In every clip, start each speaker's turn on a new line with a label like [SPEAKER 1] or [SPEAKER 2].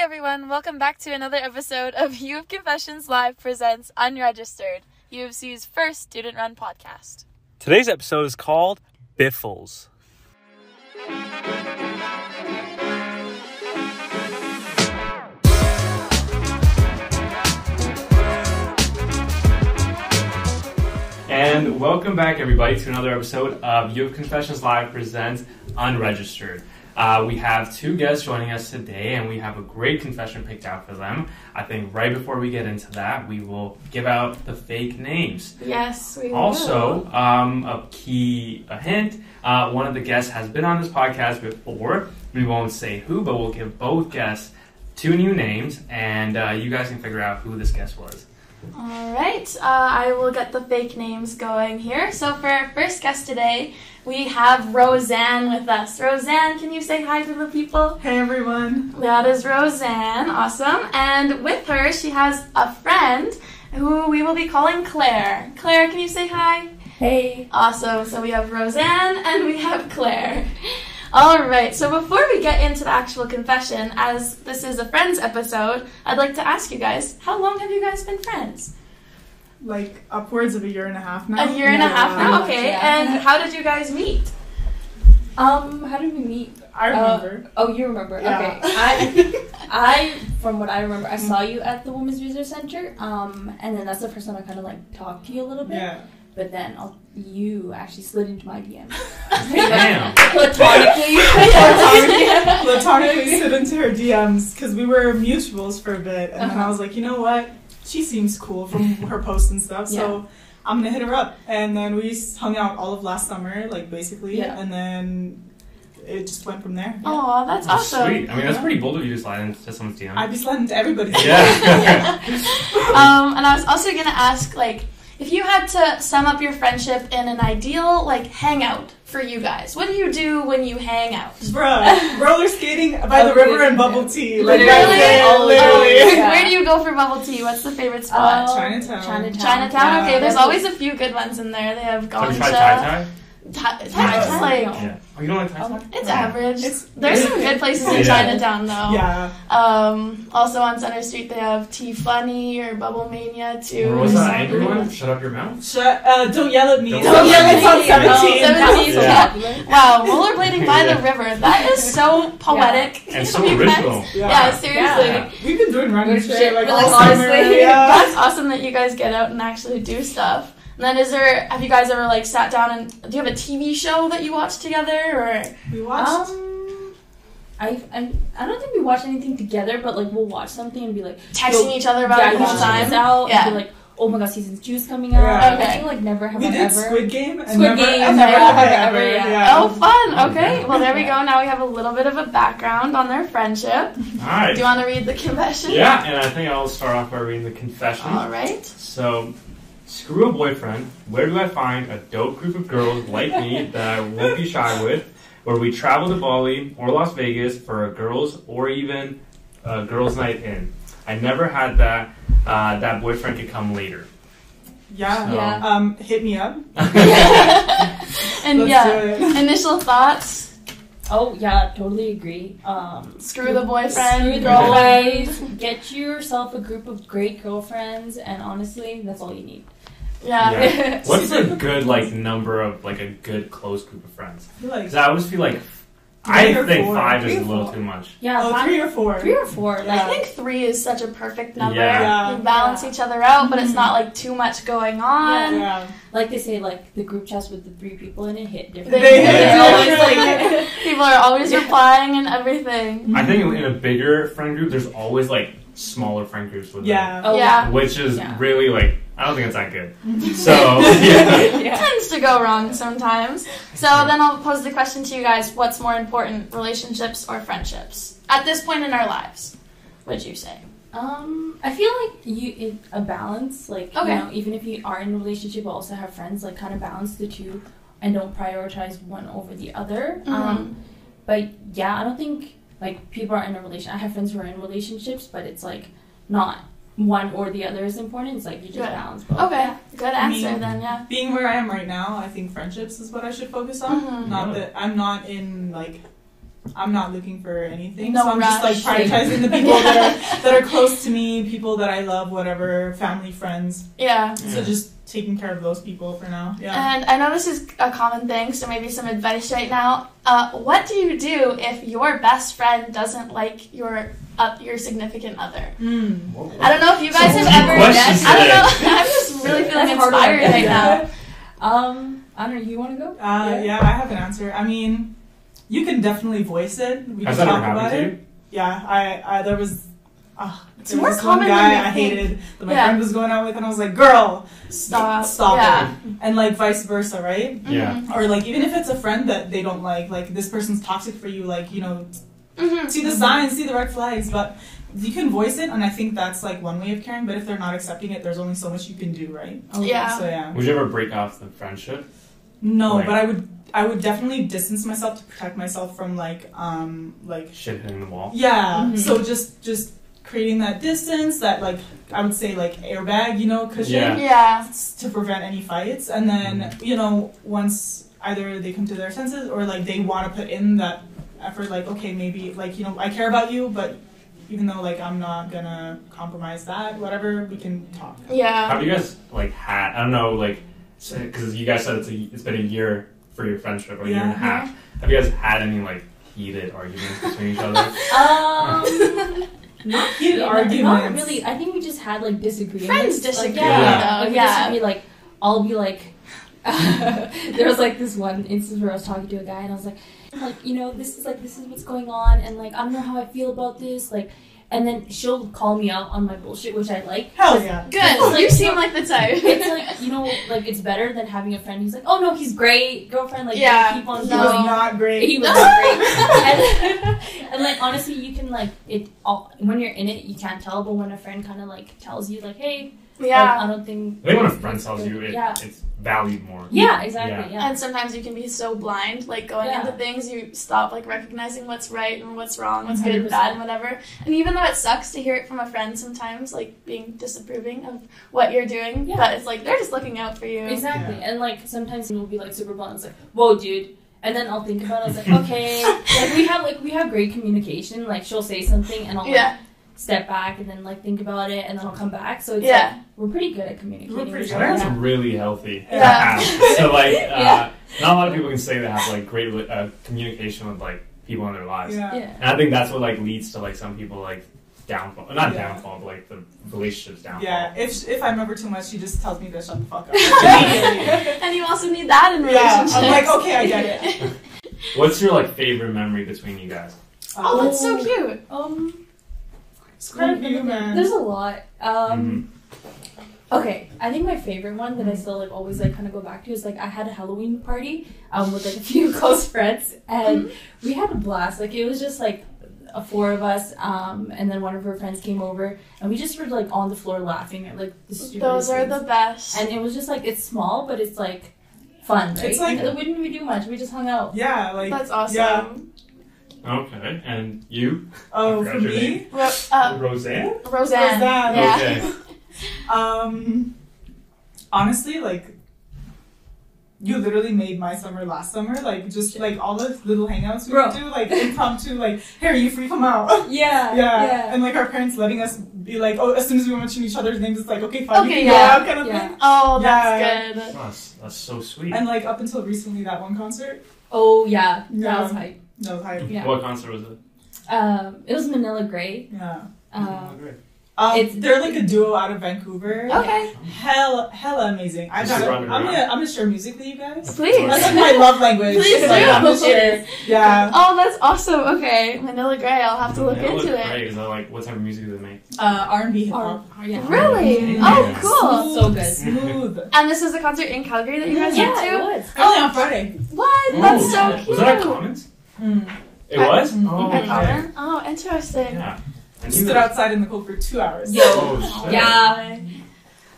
[SPEAKER 1] everyone. Welcome back to another episode of U of Confessions Live presents Unregistered, U of C's first student run podcast.
[SPEAKER 2] Today's episode is called Biffles. And welcome back, everybody, to another episode of U of Confessions Live presents Unregistered. Uh, we have two guests joining us today, and we have a great confession picked out for them. I think right before we get into that, we will give out the fake names.
[SPEAKER 1] Yes, we
[SPEAKER 2] Also, um, a key a hint: uh, one of the guests has been on this podcast before. We won't say who, but we'll give both guests two new names, and uh, you guys can figure out who this guest was.
[SPEAKER 1] All right, uh, I will get the fake names going here. So, for our first guest today, we have Roseanne with us. Roseanne, can you say hi to the people?
[SPEAKER 3] Hey everyone.
[SPEAKER 1] That is Roseanne. Awesome. And with her, she has a friend who we will be calling Claire. Claire, can you say hi?
[SPEAKER 3] Hey.
[SPEAKER 1] Awesome. So we have Roseanne and we have Claire. All right. So before we get into the actual confession, as this is a friends episode, I'd like to ask you guys, how long have you guys been friends?
[SPEAKER 3] Like upwards of a year and a half now.
[SPEAKER 1] A year and a half now.
[SPEAKER 3] Yeah.
[SPEAKER 1] Okay.
[SPEAKER 4] Yeah.
[SPEAKER 1] And how did you guys meet?
[SPEAKER 4] Um, how did we meet?
[SPEAKER 3] I remember.
[SPEAKER 4] Oh, you remember?
[SPEAKER 3] Yeah.
[SPEAKER 4] Okay. I, I, from what I remember, I saw you at the Women's Research Center. Um, and then that's the first time I kind of like talked to you a little bit.
[SPEAKER 3] yeah.
[SPEAKER 4] But then i you actually slid into my DM.
[SPEAKER 2] Damn.
[SPEAKER 4] Platonically.
[SPEAKER 3] Platonically slid into her DMs because we were mutuals for a bit, and then I
[SPEAKER 4] Uh-huh.
[SPEAKER 3] was like, you know what? She seems cool from her posts and stuff, so I'm gonna hit her up. And then we s- hung out all of last summer, like basically,
[SPEAKER 4] Yeah.
[SPEAKER 3] and then it just went from there.
[SPEAKER 1] Oh, that's awesome.
[SPEAKER 2] Sweet. I mean, that's pretty bold of you to slide into someone's DM.
[SPEAKER 3] I'd be sliding to everybody.
[SPEAKER 2] yeah.
[SPEAKER 1] Um, and I was also gonna ask, like, if you had to sum up your friendship in an ideal like hangout for you guys, what do you do when you hang out?
[SPEAKER 3] Bruh, roller skating by the
[SPEAKER 4] Oh,
[SPEAKER 3] river and
[SPEAKER 4] literally.
[SPEAKER 3] bubble tea.
[SPEAKER 4] Literally.
[SPEAKER 3] that's it,
[SPEAKER 4] Literally.
[SPEAKER 3] literally.
[SPEAKER 1] Um,
[SPEAKER 4] Yeah.
[SPEAKER 1] Where do you go for bubble tea? What's the favorite spot?
[SPEAKER 4] Oh,
[SPEAKER 3] Chinatown.
[SPEAKER 4] Chinatown.
[SPEAKER 1] Uh, Chinatown.
[SPEAKER 3] yeah.
[SPEAKER 1] Okay, there's always a few good ones in there. They have
[SPEAKER 2] Have
[SPEAKER 1] Gongcha.
[SPEAKER 2] you tried Thai
[SPEAKER 1] Thai- Thai's
[SPEAKER 3] Yeah.
[SPEAKER 1] like
[SPEAKER 2] Thai? Yeah. Oh, you don't like Thai Thai?
[SPEAKER 1] it's average.
[SPEAKER 3] It's-
[SPEAKER 1] there's some good places in
[SPEAKER 2] Yeah.
[SPEAKER 1] Chinatown though.
[SPEAKER 3] Yeah.
[SPEAKER 1] Um, also on Center Street they have Tea Funny or Bubble Mania too.
[SPEAKER 2] Or
[SPEAKER 1] or
[SPEAKER 2] was that
[SPEAKER 1] something.
[SPEAKER 2] angry one? Shut up your mouth.
[SPEAKER 3] Shut, uh, don't yell at me.
[SPEAKER 2] Don't
[SPEAKER 3] Don't,
[SPEAKER 2] yell
[SPEAKER 3] yell
[SPEAKER 2] at
[SPEAKER 3] at me. It's on
[SPEAKER 4] me. Oh,
[SPEAKER 3] 17.
[SPEAKER 1] seventeen.
[SPEAKER 2] Yeah.
[SPEAKER 1] Wow, rollerblading by the
[SPEAKER 2] Yeah.
[SPEAKER 1] river. That is so poetic.
[SPEAKER 2] And so
[SPEAKER 1] You guys-
[SPEAKER 2] original.
[SPEAKER 1] Yeah, seriously.
[SPEAKER 2] Yeah.
[SPEAKER 3] We've been doing running
[SPEAKER 4] Good
[SPEAKER 3] shit
[SPEAKER 4] shit,
[SPEAKER 3] like
[SPEAKER 4] really,
[SPEAKER 3] all summer.
[SPEAKER 4] honestly.
[SPEAKER 3] Yeah.
[SPEAKER 1] That's awesome that you guys get out and actually do stuff. And then is there have you guys ever like sat down and do you have a TV show that you watch together or
[SPEAKER 3] We watched.
[SPEAKER 4] Um, I, I, I don't think we watch anything together, but like we'll watch something and be like,
[SPEAKER 1] texting each other about
[SPEAKER 4] yeah,
[SPEAKER 1] it
[SPEAKER 4] you
[SPEAKER 1] the whole
[SPEAKER 4] should check
[SPEAKER 1] time?
[SPEAKER 4] this out.
[SPEAKER 1] Yeah.
[SPEAKER 4] And be like, oh my god, season two's coming out.
[SPEAKER 3] Yeah.
[SPEAKER 4] I
[SPEAKER 1] Okay.
[SPEAKER 4] think like never have
[SPEAKER 3] we
[SPEAKER 4] I
[SPEAKER 3] did
[SPEAKER 4] ever.
[SPEAKER 3] Squid Game and
[SPEAKER 4] Squid
[SPEAKER 3] never,
[SPEAKER 4] Game,
[SPEAKER 3] and
[SPEAKER 1] never
[SPEAKER 3] never have I
[SPEAKER 4] have
[SPEAKER 3] ever.
[SPEAKER 4] I ever, yeah.
[SPEAKER 3] Yeah.
[SPEAKER 1] Oh, fun. Okay.
[SPEAKER 2] Yeah.
[SPEAKER 1] Well, there we go. Now we have a little bit of a background on their friendship.
[SPEAKER 2] All
[SPEAKER 1] Do you
[SPEAKER 2] right.
[SPEAKER 1] want to read the confession?
[SPEAKER 2] Yeah, and I think I'll start off by reading the confession.
[SPEAKER 1] All right.
[SPEAKER 2] So, screw a boyfriend. Where do I find a dope group of girls like me that I won't be shy with? Where we travel to Bali or Las Vegas for a girls or even a girls' night in. I never had that. Uh, that boyfriend could come later. Oh.
[SPEAKER 3] Yeah.
[SPEAKER 4] Yeah.
[SPEAKER 3] Um, hit me up.
[SPEAKER 1] And
[SPEAKER 3] Let's uh,
[SPEAKER 1] yeah,
[SPEAKER 3] do it.
[SPEAKER 1] initial thoughts.
[SPEAKER 4] Oh yeah, totally agree. Um,
[SPEAKER 1] Screw the boyfriend.
[SPEAKER 4] Screw the
[SPEAKER 1] girlfriend.
[SPEAKER 4] boys. Get yourself a group of great girlfriends, and honestly, that's all you need.
[SPEAKER 1] Yeah.
[SPEAKER 2] Yeah. What's a good like number of like a good close group of friends?
[SPEAKER 3] I feel like-
[SPEAKER 2] Because I always feel like I
[SPEAKER 3] Three or
[SPEAKER 2] think
[SPEAKER 3] four.
[SPEAKER 2] five is
[SPEAKER 3] Three
[SPEAKER 2] a
[SPEAKER 3] or
[SPEAKER 2] little
[SPEAKER 3] four.
[SPEAKER 2] too much.
[SPEAKER 4] Yeah,
[SPEAKER 3] Oh,
[SPEAKER 4] five-
[SPEAKER 3] three or four.
[SPEAKER 4] three or four.
[SPEAKER 3] Yeah.
[SPEAKER 1] I think three is such a perfect number.
[SPEAKER 2] Yeah.
[SPEAKER 3] Yeah.
[SPEAKER 1] You balance each other out, but it's not like too much going on.
[SPEAKER 3] Yeah.
[SPEAKER 4] Like, like they say, like the group chats with the three people in it hit different.
[SPEAKER 1] They,
[SPEAKER 3] They-
[SPEAKER 1] they're always
[SPEAKER 3] Yeah.
[SPEAKER 1] like people are always
[SPEAKER 4] Yeah.
[SPEAKER 1] replying and everything.
[SPEAKER 2] I think in a bigger friend group, there's always like smaller friend groups with them.
[SPEAKER 3] Yeah.
[SPEAKER 4] Oh,
[SPEAKER 1] Yeah.
[SPEAKER 2] which is
[SPEAKER 4] Yeah.
[SPEAKER 2] really like I don't think it's that good. So yeah.
[SPEAKER 4] yeah.
[SPEAKER 1] tends to go wrong sometimes. So then I'll pose the question to you guys what's more important, relationships or friendships? At this point in our lives, would you say?
[SPEAKER 4] Um, I feel like you it, a balance, like
[SPEAKER 1] Okay.
[SPEAKER 4] you know, even if you are in a relationship, but also have friends, like kind of balance the two, and don't prioritize one over the other.
[SPEAKER 1] Mm-hmm.
[SPEAKER 4] Um, but yeah, I don't think like people are in a relation. I have friends who are in relationships, but it's like not one or the other is important. It's like you just
[SPEAKER 1] Yeah.
[SPEAKER 4] balance both.
[SPEAKER 1] Okay, good
[SPEAKER 3] I
[SPEAKER 1] answer
[SPEAKER 3] mean-
[SPEAKER 1] then, yeah.
[SPEAKER 3] Being where I Mm-hmm. am right now, I think friendships is what I should focus on.
[SPEAKER 1] Mhm.
[SPEAKER 3] Not
[SPEAKER 2] Yeah.
[SPEAKER 3] that I'm not in like I'm not looking for anything.
[SPEAKER 1] No
[SPEAKER 3] so I'm just
[SPEAKER 1] rush.
[SPEAKER 3] like prioritizing the people that, are, that are close to me, people that I love, whatever, family, friends.
[SPEAKER 1] Yeah.
[SPEAKER 3] So just taking care of those people for now. Yeah.
[SPEAKER 1] And I know this is a common thing, so maybe some advice right now. Uh, what do you do if your best friend doesn't like your uh, your significant other?
[SPEAKER 3] Mm.
[SPEAKER 1] I don't know if you guys
[SPEAKER 2] So
[SPEAKER 1] have
[SPEAKER 2] many
[SPEAKER 1] ever.
[SPEAKER 2] questions
[SPEAKER 1] I don't
[SPEAKER 2] today.
[SPEAKER 1] know. I'm just really feeling
[SPEAKER 4] That's a hard one.
[SPEAKER 1] inspired right now.
[SPEAKER 4] Um, I don't know. You want to go?
[SPEAKER 3] Uh, yeah, I have an answer. I mean, you can definitely voice it. We
[SPEAKER 2] Has
[SPEAKER 3] can
[SPEAKER 2] that ever
[SPEAKER 3] talk
[SPEAKER 2] happened
[SPEAKER 3] about
[SPEAKER 2] to
[SPEAKER 3] it.
[SPEAKER 2] you?
[SPEAKER 3] Yeah, I, I there was. Uh,
[SPEAKER 1] It's
[SPEAKER 3] there
[SPEAKER 1] more
[SPEAKER 3] was this one
[SPEAKER 1] common
[SPEAKER 3] guy
[SPEAKER 1] than you
[SPEAKER 3] I
[SPEAKER 1] think.
[SPEAKER 3] hated that my
[SPEAKER 1] Yeah.
[SPEAKER 3] friend was going out with, and I was like, "Girl,
[SPEAKER 1] Stop.
[SPEAKER 3] stop
[SPEAKER 1] Yeah.
[SPEAKER 3] it," and like vice versa, right?
[SPEAKER 2] Yeah.
[SPEAKER 3] Or like even if it's a friend that they don't like, like this person's toxic for you, like you know,
[SPEAKER 1] Mm-hmm.
[SPEAKER 3] see the signs, see the red flags, but you can voice it, and I think that's like one way of caring. But if they're not accepting it, there's only so much you can do, right?
[SPEAKER 1] Yeah.
[SPEAKER 3] So yeah.
[SPEAKER 2] Would you ever break off the friendship?
[SPEAKER 3] No,
[SPEAKER 2] Like-
[SPEAKER 3] but I would I would definitely distance myself to protect myself from like um like
[SPEAKER 2] Shit hitting the wall.
[SPEAKER 3] yeah.
[SPEAKER 4] Mhm.
[SPEAKER 3] So just just creating that distance that like I would say like airbag, you know, cushion
[SPEAKER 2] Yeah.
[SPEAKER 1] Yeah.
[SPEAKER 3] to prevent any fights and then you know once either they come to their senses or like they want to put in that effort like okay maybe like you know I care about you but even though like I'm not gonna compromise that whatever we can talk.
[SPEAKER 1] Mm-hmm. Yeah.
[SPEAKER 2] Have you guys like had? I don't know, like, because you guys said it's a, it's been a year for your friendship or a year and a
[SPEAKER 3] Yeah.
[SPEAKER 2] half. Have you guys had any like heated arguments between each other?
[SPEAKER 4] Um, not
[SPEAKER 3] Heated
[SPEAKER 4] Not
[SPEAKER 3] arguments.
[SPEAKER 4] really. I think we just had like disagreements.
[SPEAKER 1] Friends
[SPEAKER 4] Like,
[SPEAKER 1] disagree,
[SPEAKER 4] yeah.
[SPEAKER 1] though,
[SPEAKER 4] Like, we
[SPEAKER 1] yeah.
[SPEAKER 4] disagree, like I'll be like. there was like this one instance where I was talking to a guy and I was like, like you know, this is like this is what's going on and like I don't know how I feel about this like, and then she'll call me out on my bullshit, which I like.
[SPEAKER 3] Hell yeah.
[SPEAKER 1] Good. You seem like the type.
[SPEAKER 4] it's like you know, like it's better than having a friend who's like, oh no, he's great, girlfriend. Like
[SPEAKER 1] Yeah.
[SPEAKER 4] keep on
[SPEAKER 3] He
[SPEAKER 1] No.
[SPEAKER 3] was
[SPEAKER 4] going.
[SPEAKER 3] not great.
[SPEAKER 4] He was great. and, and like honestly, you can like it all when you're in it, you can't tell. But when a friend kind of like tells you like, hey, like,
[SPEAKER 1] yeah.
[SPEAKER 4] I don't think.
[SPEAKER 2] I think when a friend tells you, it,
[SPEAKER 4] Yeah.
[SPEAKER 2] it's valued more.
[SPEAKER 4] Yeah, exactly. Yeah.
[SPEAKER 1] And sometimes you can be so blind, like going
[SPEAKER 4] Yeah.
[SPEAKER 1] into things, you stop like recognizing what's right and what's wrong, what's good and
[SPEAKER 4] 100%.
[SPEAKER 1] bad and whatever. And even though it sucks to hear it from a friend sometimes, like being disapproving of what you're doing,
[SPEAKER 4] Yeah.
[SPEAKER 1] but it's like they're just looking out for you.
[SPEAKER 4] Exactly. And like sometimes we'll be like super blunt. It's like, whoa, dude. And then I'll think about it. I was like, okay. like we have like we have great communication. Like she'll say something and I'll like,
[SPEAKER 1] Yeah.
[SPEAKER 4] step back and then like think about it and then I'll come back. So it's
[SPEAKER 1] Yeah.
[SPEAKER 4] like we're pretty good at communicating.
[SPEAKER 3] We're
[SPEAKER 2] I
[SPEAKER 3] pretty
[SPEAKER 4] with each
[SPEAKER 2] think
[SPEAKER 4] other.
[SPEAKER 2] that's
[SPEAKER 4] Yeah.
[SPEAKER 2] really healthy. to
[SPEAKER 1] Yeah.
[SPEAKER 2] have. So like, uh,
[SPEAKER 4] Yeah.
[SPEAKER 2] not a lot of people can say they have like great uh, communication with like people in their lives.
[SPEAKER 4] Yeah.
[SPEAKER 2] And I think that's what like leads to like some people like downfall, not
[SPEAKER 3] Yeah.
[SPEAKER 2] downfall, but like the relationships downfall.
[SPEAKER 3] Yeah, if if I'm ever too much, she just tells me to shut the fuck up. yeah,
[SPEAKER 1] And you also need that in relationships.
[SPEAKER 3] I'm like, okay, I get it.
[SPEAKER 2] What's your like favorite memory between you guys?
[SPEAKER 1] Oh, that's so cute.
[SPEAKER 4] Um,
[SPEAKER 3] Scrub you, man.
[SPEAKER 4] there's a lot. Um, okay, I think my favorite one that I still like always like kind of go back to is like I had a Halloween party um with like a few close friends and
[SPEAKER 3] Mm-hmm.
[SPEAKER 4] we had a blast. Like it was just like a four of us um and then one of her friends came over and we just were like on the floor laughing at like the stupid
[SPEAKER 1] Those are the best.
[SPEAKER 4] and it was just like it's small but it's like fun right
[SPEAKER 3] It's like-
[SPEAKER 4] we didn't we do much we just hung out
[SPEAKER 3] Yeah, like
[SPEAKER 1] That's awesome.
[SPEAKER 3] Yeah.
[SPEAKER 2] Okay, and you,
[SPEAKER 3] oh,
[SPEAKER 2] I
[SPEAKER 3] for
[SPEAKER 2] forgot your
[SPEAKER 3] me,
[SPEAKER 1] Ro- uh,
[SPEAKER 2] Roseanne.
[SPEAKER 1] Roseanne.
[SPEAKER 3] Roseanne.
[SPEAKER 1] Yeah.
[SPEAKER 2] Okay.
[SPEAKER 3] um, honestly, like you literally made my summer last summer. Like just like all the little hangouts we
[SPEAKER 4] Bro.
[SPEAKER 3] would do, like impromptu, like here you free come out.
[SPEAKER 4] yeah
[SPEAKER 3] Yeah. and like our parents letting us be like, oh, as soon as we mention each other's names, it's like, okay, fine,
[SPEAKER 1] Okay,
[SPEAKER 3] you can go
[SPEAKER 1] yeah,
[SPEAKER 3] out kind of
[SPEAKER 4] yeah.
[SPEAKER 3] thing.
[SPEAKER 1] Oh,
[SPEAKER 3] Yeah.
[SPEAKER 1] that's
[SPEAKER 2] Oh,
[SPEAKER 1] good.
[SPEAKER 2] that's, that's so sweet.
[SPEAKER 3] And like up until recently, that one concert,
[SPEAKER 4] oh yeah that
[SPEAKER 3] Yeah.
[SPEAKER 4] was hype
[SPEAKER 3] no, I,
[SPEAKER 4] yeah.
[SPEAKER 2] What concert was it?
[SPEAKER 4] Um, it was Manila Gray.
[SPEAKER 3] yeah.
[SPEAKER 1] Uh,
[SPEAKER 4] Um,
[SPEAKER 3] Um,
[SPEAKER 4] It's- Oh.
[SPEAKER 3] they're like a duo out of Vancouver.
[SPEAKER 1] Okay.
[SPEAKER 3] Hell, hella amazing. I
[SPEAKER 2] Just
[SPEAKER 3] gotta, I'm
[SPEAKER 2] running around.
[SPEAKER 3] gonna, I'm gonna share music with you guys. That's
[SPEAKER 1] Please.
[SPEAKER 3] like my love language.
[SPEAKER 1] Please
[SPEAKER 3] Like,
[SPEAKER 1] do.
[SPEAKER 3] I'm gonna share. Yeah.
[SPEAKER 1] Oh, that's awesome. Okay. Manila Gray, I'll have to look
[SPEAKER 2] That looked
[SPEAKER 1] into it.
[SPEAKER 2] great. Is that like what type of music do they make?
[SPEAKER 3] Uh, R&B hip
[SPEAKER 4] or,
[SPEAKER 3] hop.
[SPEAKER 4] or, Oh, yeah.
[SPEAKER 1] Really?
[SPEAKER 2] Yeah.
[SPEAKER 1] Oh, cool.
[SPEAKER 4] So good.
[SPEAKER 3] Smooth.
[SPEAKER 1] And this is a concert in Calgary that you guys
[SPEAKER 4] Yeah,
[SPEAKER 1] went
[SPEAKER 4] it
[SPEAKER 1] to?
[SPEAKER 4] was.
[SPEAKER 3] Only on Friday.
[SPEAKER 1] What?
[SPEAKER 2] Oh,
[SPEAKER 1] That's so cute.
[SPEAKER 2] Was that a comment?
[SPEAKER 3] Hmm.
[SPEAKER 2] It
[SPEAKER 1] I-
[SPEAKER 2] was.
[SPEAKER 3] Mhm.
[SPEAKER 2] Oh,
[SPEAKER 1] A
[SPEAKER 2] okay.
[SPEAKER 1] comment? Oh, interesting.
[SPEAKER 2] Yeah. I knew
[SPEAKER 3] Stood
[SPEAKER 2] that.
[SPEAKER 3] outside in the cold for two hours.
[SPEAKER 4] Yo.
[SPEAKER 2] Oh, shit.
[SPEAKER 4] Yeah.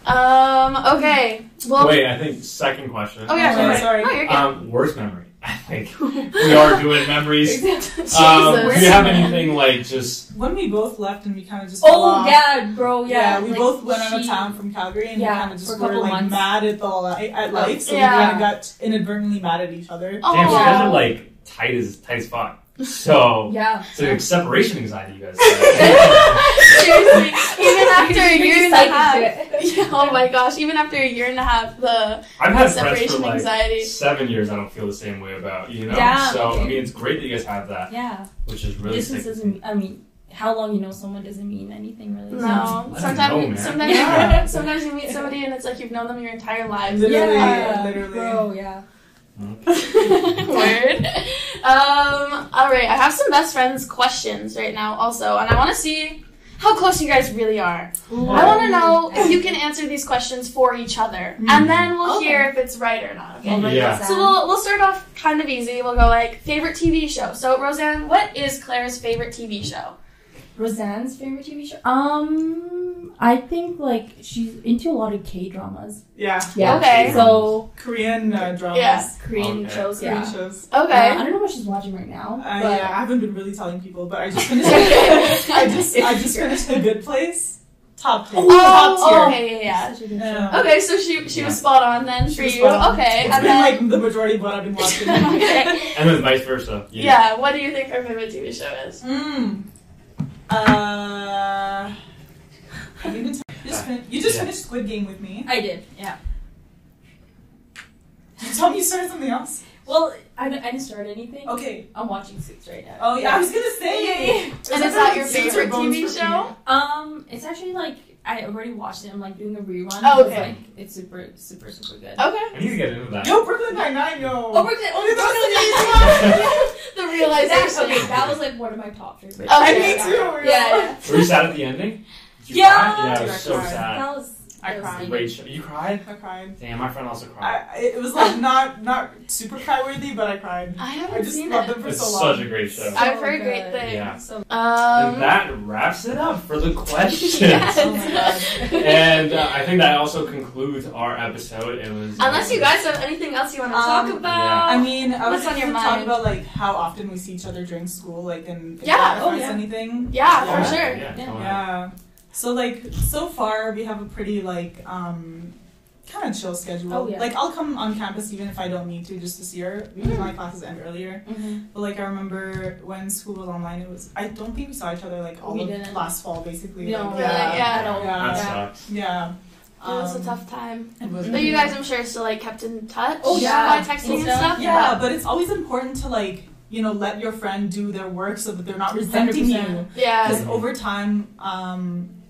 [SPEAKER 1] Um, okay. Well,
[SPEAKER 2] Wait, I think second question.
[SPEAKER 1] Oh, yeah,
[SPEAKER 3] Sorry,
[SPEAKER 1] sorry.
[SPEAKER 3] sorry.
[SPEAKER 1] Oh, you're good.
[SPEAKER 2] Um, worst memory. I think we are doing memories.
[SPEAKER 1] Jesus.
[SPEAKER 2] Um, do you have
[SPEAKER 4] Worst
[SPEAKER 2] anything like just?
[SPEAKER 3] When we both left and we kind of just fell
[SPEAKER 4] Oh
[SPEAKER 3] off.
[SPEAKER 4] yeah, bro. Yeah.
[SPEAKER 3] Yeah, we
[SPEAKER 4] like,
[SPEAKER 3] both went out of
[SPEAKER 4] she-
[SPEAKER 3] town from Calgary and
[SPEAKER 4] Yeah,
[SPEAKER 3] we kind of
[SPEAKER 4] for a
[SPEAKER 3] just were
[SPEAKER 4] couple
[SPEAKER 3] like
[SPEAKER 4] months. Oh,
[SPEAKER 3] mad at the li- at life, so
[SPEAKER 1] Yeah.
[SPEAKER 3] we kind of got inadvertently mad at each other.
[SPEAKER 1] Oh,
[SPEAKER 2] Damn, you guys
[SPEAKER 1] wow.
[SPEAKER 2] are like tight as tight as fuck. So,
[SPEAKER 4] Yeah.
[SPEAKER 2] so your separation anxiety, you guys. have.
[SPEAKER 1] Seriously, even after a
[SPEAKER 4] You're
[SPEAKER 1] year and a
[SPEAKER 4] psychic
[SPEAKER 1] half.
[SPEAKER 4] to it.
[SPEAKER 1] Yeah, oh my gosh, even after a year and a half, the
[SPEAKER 2] I've had friends for
[SPEAKER 1] separation
[SPEAKER 2] like
[SPEAKER 1] anxiety.
[SPEAKER 2] seven years. I don't feel the same way about you know.
[SPEAKER 4] Yeah.
[SPEAKER 2] so I mean, it's great that you guys have that,
[SPEAKER 4] Yeah.
[SPEAKER 2] which is really
[SPEAKER 4] Distance
[SPEAKER 2] sick.
[SPEAKER 4] doesn't. I mean, how long you know someone doesn't mean anything really. so-
[SPEAKER 1] No,
[SPEAKER 2] don't know, man.
[SPEAKER 1] sometimes sometimes
[SPEAKER 2] Yeah.
[SPEAKER 1] you, sometimes you meet somebody and it's like you've known them your entire lives.
[SPEAKER 3] Literally,
[SPEAKER 4] Yeah.
[SPEAKER 3] literally.
[SPEAKER 4] Bro. Yeah.
[SPEAKER 1] Word. Um, all right, I have some best friends questions right now also, and I want to see how close you guys really are. I want to know if you can answer these questions for each other, and then we'll
[SPEAKER 4] Okay.
[SPEAKER 1] hear if it's right or not. Okay.
[SPEAKER 4] I'll write
[SPEAKER 2] Yeah.
[SPEAKER 4] this
[SPEAKER 1] So
[SPEAKER 4] down.
[SPEAKER 1] we'll we'll start off kind of easy. We'll go like favorite TV show. So Roseanne, what is Claire's favorite TV show?
[SPEAKER 4] Roseanne's favorite TV show. Um, I think like she's into a lot of K dramas.
[SPEAKER 3] Yeah.
[SPEAKER 1] Yeah. Okay.
[SPEAKER 4] So
[SPEAKER 3] Korean uh, dramas.
[SPEAKER 1] Yeah.
[SPEAKER 4] Korean
[SPEAKER 2] Okay.
[SPEAKER 4] shows.
[SPEAKER 3] Korean
[SPEAKER 4] Yeah.
[SPEAKER 3] shows.
[SPEAKER 1] Okay.
[SPEAKER 4] Uh, I don't know what she's watching right now.
[SPEAKER 3] I,
[SPEAKER 4] but
[SPEAKER 3] yeah, I haven't been really telling people, but I just finished. I
[SPEAKER 1] I
[SPEAKER 3] just I just finished The Good Place. Top tier.
[SPEAKER 1] Oh,
[SPEAKER 3] top tier.
[SPEAKER 1] okay, yeah,
[SPEAKER 4] Such a good
[SPEAKER 3] Yeah.
[SPEAKER 4] show.
[SPEAKER 1] yeah. Okay, so she she was spot on then
[SPEAKER 3] She
[SPEAKER 1] for
[SPEAKER 3] was
[SPEAKER 1] you.
[SPEAKER 3] spot on.
[SPEAKER 1] Okay,
[SPEAKER 3] It's
[SPEAKER 1] and
[SPEAKER 3] been
[SPEAKER 1] then
[SPEAKER 3] like the majority of what I've been watching.
[SPEAKER 1] Okay.
[SPEAKER 2] and then vice versa. You-
[SPEAKER 1] yeah, what do you think her favorite TV show is?
[SPEAKER 3] Mm. Uh, have you, been t- you just, fin- you just
[SPEAKER 2] Yeah.
[SPEAKER 3] finished Squid Game with me.
[SPEAKER 4] I did. Yeah.
[SPEAKER 3] You tell me you started something else.
[SPEAKER 4] Well, I, don't- I didn't start anything.
[SPEAKER 3] Okay.
[SPEAKER 4] I'm watching Suits right now.
[SPEAKER 3] Oh yeah, I was gonna say.
[SPEAKER 1] And is that your favorite TV show?
[SPEAKER 4] Um, it's actually like I already watched it. I'm like doing a rerun.
[SPEAKER 1] Oh,
[SPEAKER 4] because,
[SPEAKER 1] okay. Oh,
[SPEAKER 4] Like it's super, super, super good.
[SPEAKER 1] Okay.
[SPEAKER 2] I need to get into that.
[SPEAKER 3] Yo, Brooklyn Nine Nine, yo.
[SPEAKER 4] Oh, Brooklyn. Oh,
[SPEAKER 1] The
[SPEAKER 4] That,
[SPEAKER 1] realization.
[SPEAKER 4] okay, that was like one of my top favorite.
[SPEAKER 3] I
[SPEAKER 1] Okay.
[SPEAKER 3] me too. yo.
[SPEAKER 4] Yeah, yeah.
[SPEAKER 2] Were you sad at the ending? Did you
[SPEAKER 4] Yeah.
[SPEAKER 2] cry? yeah, I
[SPEAKER 3] I
[SPEAKER 2] was so
[SPEAKER 3] cried.
[SPEAKER 2] sad.
[SPEAKER 4] That was.
[SPEAKER 3] I
[SPEAKER 4] that was
[SPEAKER 3] cried.
[SPEAKER 4] good.
[SPEAKER 2] Great show. You cried?
[SPEAKER 3] I cried.
[SPEAKER 2] Damn, my friend also cried.
[SPEAKER 3] I, it was like not not super cry worthy, but I cried.
[SPEAKER 1] I
[SPEAKER 3] I
[SPEAKER 1] haven't
[SPEAKER 3] just
[SPEAKER 1] seen
[SPEAKER 3] loved
[SPEAKER 1] it.
[SPEAKER 3] them for
[SPEAKER 2] it's
[SPEAKER 3] so long.
[SPEAKER 2] such a great show.
[SPEAKER 1] I've
[SPEAKER 4] So
[SPEAKER 1] heard great
[SPEAKER 4] good.
[SPEAKER 1] things.
[SPEAKER 2] Yeah.
[SPEAKER 4] So
[SPEAKER 1] Um,
[SPEAKER 2] and that wraps it up for the questions.
[SPEAKER 1] yes.
[SPEAKER 3] Oh my God.
[SPEAKER 2] And uh, I think that also concludes our episode. It was
[SPEAKER 1] Unless you guys have anything else you want to talk
[SPEAKER 3] Um,
[SPEAKER 1] about.
[SPEAKER 3] I mean, I was
[SPEAKER 1] What's on your
[SPEAKER 3] gonna
[SPEAKER 1] mind?
[SPEAKER 3] talk about like how often we see each other during school, like in if
[SPEAKER 1] Yeah,
[SPEAKER 3] that
[SPEAKER 4] oh,
[SPEAKER 3] affects
[SPEAKER 4] yeah.
[SPEAKER 3] anything.
[SPEAKER 1] yeah,
[SPEAKER 2] Oh, Yeah,
[SPEAKER 1] for sure.
[SPEAKER 2] Yeah.
[SPEAKER 4] Yeah.
[SPEAKER 2] come on.
[SPEAKER 3] Yeah. So like so far we have a pretty like um kind of chill schedule.
[SPEAKER 4] Oh, yeah.
[SPEAKER 3] Like I'll come on campus even if I don't need to just this year because
[SPEAKER 1] Hmm.
[SPEAKER 3] my classes end earlier.
[SPEAKER 4] Mhm.
[SPEAKER 3] But like I remember when school was online, it was I don't think we saw each other like all
[SPEAKER 4] We
[SPEAKER 3] of
[SPEAKER 4] didn't.
[SPEAKER 3] last fall basically.
[SPEAKER 4] No,
[SPEAKER 3] like,
[SPEAKER 1] really, yeah.
[SPEAKER 4] I don't.
[SPEAKER 3] Yeah.
[SPEAKER 2] That
[SPEAKER 4] yeah.
[SPEAKER 2] sucks.
[SPEAKER 3] Yeah.
[SPEAKER 1] It was Oh, a
[SPEAKER 3] Um,
[SPEAKER 1] tough time.
[SPEAKER 3] it was-
[SPEAKER 1] But you guys, I'm sure, still like kept in touch
[SPEAKER 4] Oh,
[SPEAKER 1] by
[SPEAKER 4] yeah.
[SPEAKER 1] texting and
[SPEAKER 4] Yeah.
[SPEAKER 1] stuff.
[SPEAKER 3] Yeah, but it's always important to like you know let your friend do their work so that they're not resenting you.
[SPEAKER 4] 100%.
[SPEAKER 1] Yeah.
[SPEAKER 3] Because over time, um,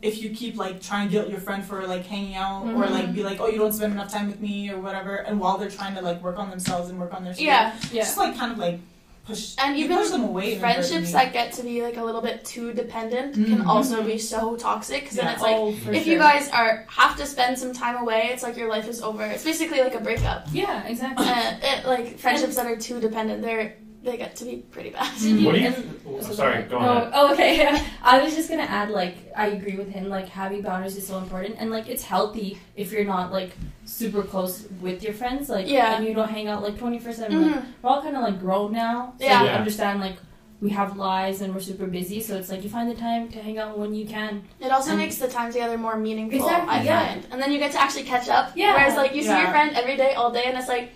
[SPEAKER 3] if you keep like trying to guilt your friend for like hanging out or like
[SPEAKER 1] Mhm.
[SPEAKER 3] be like, oh, you don't spend enough time with me or whatever, and while they're trying to like work on themselves and work on their shit,
[SPEAKER 1] Yeah.
[SPEAKER 4] Yeah.
[SPEAKER 3] just like kind of like push
[SPEAKER 1] And
[SPEAKER 3] you
[SPEAKER 1] even
[SPEAKER 3] push them away. and
[SPEAKER 1] Friendships
[SPEAKER 3] hurt
[SPEAKER 1] that get to be like a little bit too dependent can
[SPEAKER 3] Mhm.
[SPEAKER 1] also be so toxic because
[SPEAKER 3] Yeah.
[SPEAKER 1] then it's like
[SPEAKER 4] oh, for
[SPEAKER 1] if
[SPEAKER 4] sure.
[SPEAKER 1] you guys are have to spend some time away, it's like your life is over. It's basically like a breakup.
[SPEAKER 4] Yeah. Exactly.
[SPEAKER 1] Uh, it, like friendships that are too dependent, they're they get to be pretty bad.
[SPEAKER 4] Mhm.
[SPEAKER 2] What do you?
[SPEAKER 4] And-
[SPEAKER 2] oh, I'm
[SPEAKER 4] So
[SPEAKER 2] sorry.
[SPEAKER 4] the-
[SPEAKER 2] Go
[SPEAKER 4] no,
[SPEAKER 2] ahead.
[SPEAKER 4] Oh, okay. Yeah. I was just gonna add, like, I agree with him. Like, having boundaries is so important, and like, it's healthy if you're not like super close with your friends, like,
[SPEAKER 1] Yeah.
[SPEAKER 4] and you don't hang out like twenty four seven.
[SPEAKER 1] Mhm.
[SPEAKER 4] We're all kind of like grown now, so
[SPEAKER 1] Yeah.
[SPEAKER 4] we
[SPEAKER 2] Yeah.
[SPEAKER 4] understand like we have lives and we're super busy. So it's like you find the time to hang out when you can.
[SPEAKER 1] It also
[SPEAKER 4] And-
[SPEAKER 1] makes the time together more meaningful.
[SPEAKER 4] Exactly,
[SPEAKER 1] I
[SPEAKER 4] yeah.
[SPEAKER 1] find, and then you get to actually catch up.
[SPEAKER 4] Yeah.
[SPEAKER 1] Whereas like you see your
[SPEAKER 3] Yeah.
[SPEAKER 1] friend every day, all day, and it's like,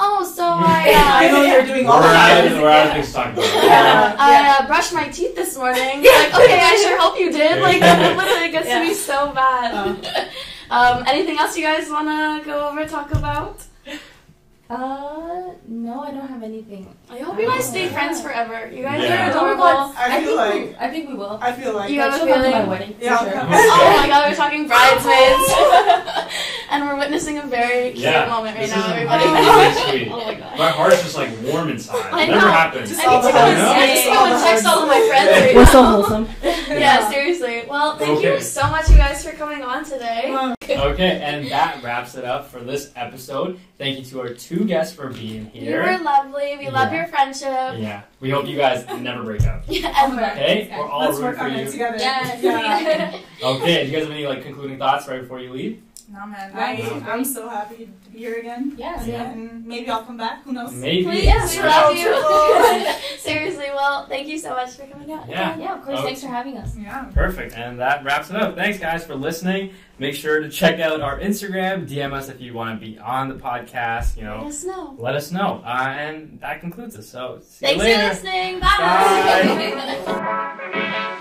[SPEAKER 1] oh, so
[SPEAKER 3] me. Yeah, I
[SPEAKER 1] I.
[SPEAKER 3] know
[SPEAKER 1] Uh,
[SPEAKER 3] you're doing
[SPEAKER 2] We're
[SPEAKER 3] all
[SPEAKER 2] out of
[SPEAKER 3] that.
[SPEAKER 2] we're out of things to talk about.
[SPEAKER 3] Yeah.
[SPEAKER 1] I uh, brushed my teeth this morning. Like, okay, I sure hope you did. Like,
[SPEAKER 2] Yeah.
[SPEAKER 1] literally, it gets to be so bad.
[SPEAKER 3] Uh-huh.
[SPEAKER 1] um, anything else you guys wanna go over talk about?
[SPEAKER 4] Uh, no, I don't have anything.
[SPEAKER 1] I hope you guys stay
[SPEAKER 2] Yeah.
[SPEAKER 1] friends forever. You guys
[SPEAKER 2] Yeah.
[SPEAKER 1] are
[SPEAKER 4] Oh my
[SPEAKER 1] adorable.
[SPEAKER 4] God.
[SPEAKER 3] I feel
[SPEAKER 4] think
[SPEAKER 3] like
[SPEAKER 4] we, I think we will.
[SPEAKER 3] I feel like
[SPEAKER 1] You
[SPEAKER 3] that's
[SPEAKER 1] have a
[SPEAKER 4] She'll come to
[SPEAKER 1] feeling?
[SPEAKER 4] my wedding. for
[SPEAKER 3] Yeah.
[SPEAKER 4] sure.
[SPEAKER 2] Okay.
[SPEAKER 1] Oh my god, we're talking bridesmaids. and we're witnessing a very cute
[SPEAKER 2] Yeah,
[SPEAKER 1] moment right
[SPEAKER 2] this
[SPEAKER 1] now,
[SPEAKER 2] is
[SPEAKER 1] everybody.
[SPEAKER 2] really sweet.
[SPEAKER 1] oh my god.
[SPEAKER 2] My heart's just like warm inside.
[SPEAKER 1] I
[SPEAKER 2] It never
[SPEAKER 1] know.
[SPEAKER 2] happens.
[SPEAKER 3] Just
[SPEAKER 1] I need to go
[SPEAKER 3] all the
[SPEAKER 1] and, I need to go
[SPEAKER 3] hugs.
[SPEAKER 1] and text all of my friends right
[SPEAKER 4] We're
[SPEAKER 1] now.
[SPEAKER 4] so wholesome.
[SPEAKER 1] Yeah, seriously. Well, thank you
[SPEAKER 2] Okay.
[SPEAKER 1] so much, you guys, for coming on today.
[SPEAKER 3] Well,
[SPEAKER 2] Okay, and that wraps it up for this episode. Thank you to our two guests for being
[SPEAKER 1] You
[SPEAKER 2] here.
[SPEAKER 1] were lovely. We love
[SPEAKER 2] Yeah.
[SPEAKER 1] your friendship.
[SPEAKER 2] Yeah, we hope you guys never break up.
[SPEAKER 1] Ever.
[SPEAKER 2] Okay, we're all
[SPEAKER 3] let's
[SPEAKER 2] rooting
[SPEAKER 3] work
[SPEAKER 2] for
[SPEAKER 3] on it
[SPEAKER 2] you.
[SPEAKER 3] together.
[SPEAKER 1] Yes.
[SPEAKER 3] Yeah.
[SPEAKER 2] Okay, do you guys have any like concluding thoughts right before you leave?
[SPEAKER 3] No man,
[SPEAKER 4] Right.
[SPEAKER 3] I, I'm so happy to be here again.
[SPEAKER 4] Yes.
[SPEAKER 2] Yeah.
[SPEAKER 3] And maybe I'll come back. Who knows?
[SPEAKER 2] Maybe.
[SPEAKER 1] Please,
[SPEAKER 4] Yes,
[SPEAKER 1] we
[SPEAKER 4] Yeah.
[SPEAKER 1] love
[SPEAKER 3] Yeah.
[SPEAKER 1] you. Seriously, well, thank you so much for coming out.
[SPEAKER 2] Yeah.
[SPEAKER 4] Yeah, of course.
[SPEAKER 2] Oh.
[SPEAKER 4] Thanks for having us.
[SPEAKER 3] Yeah.
[SPEAKER 2] Perfect. And that wraps it up. Thanks, guys, for listening. Make sure to check out our Instagram. DM us if you want to be on the podcast. You
[SPEAKER 1] Let
[SPEAKER 2] know,
[SPEAKER 1] us know.
[SPEAKER 2] let us know. Uh, and that concludes us. So, see
[SPEAKER 1] Thanks
[SPEAKER 2] you later.
[SPEAKER 1] for listening.
[SPEAKER 2] Bye.
[SPEAKER 1] Bye.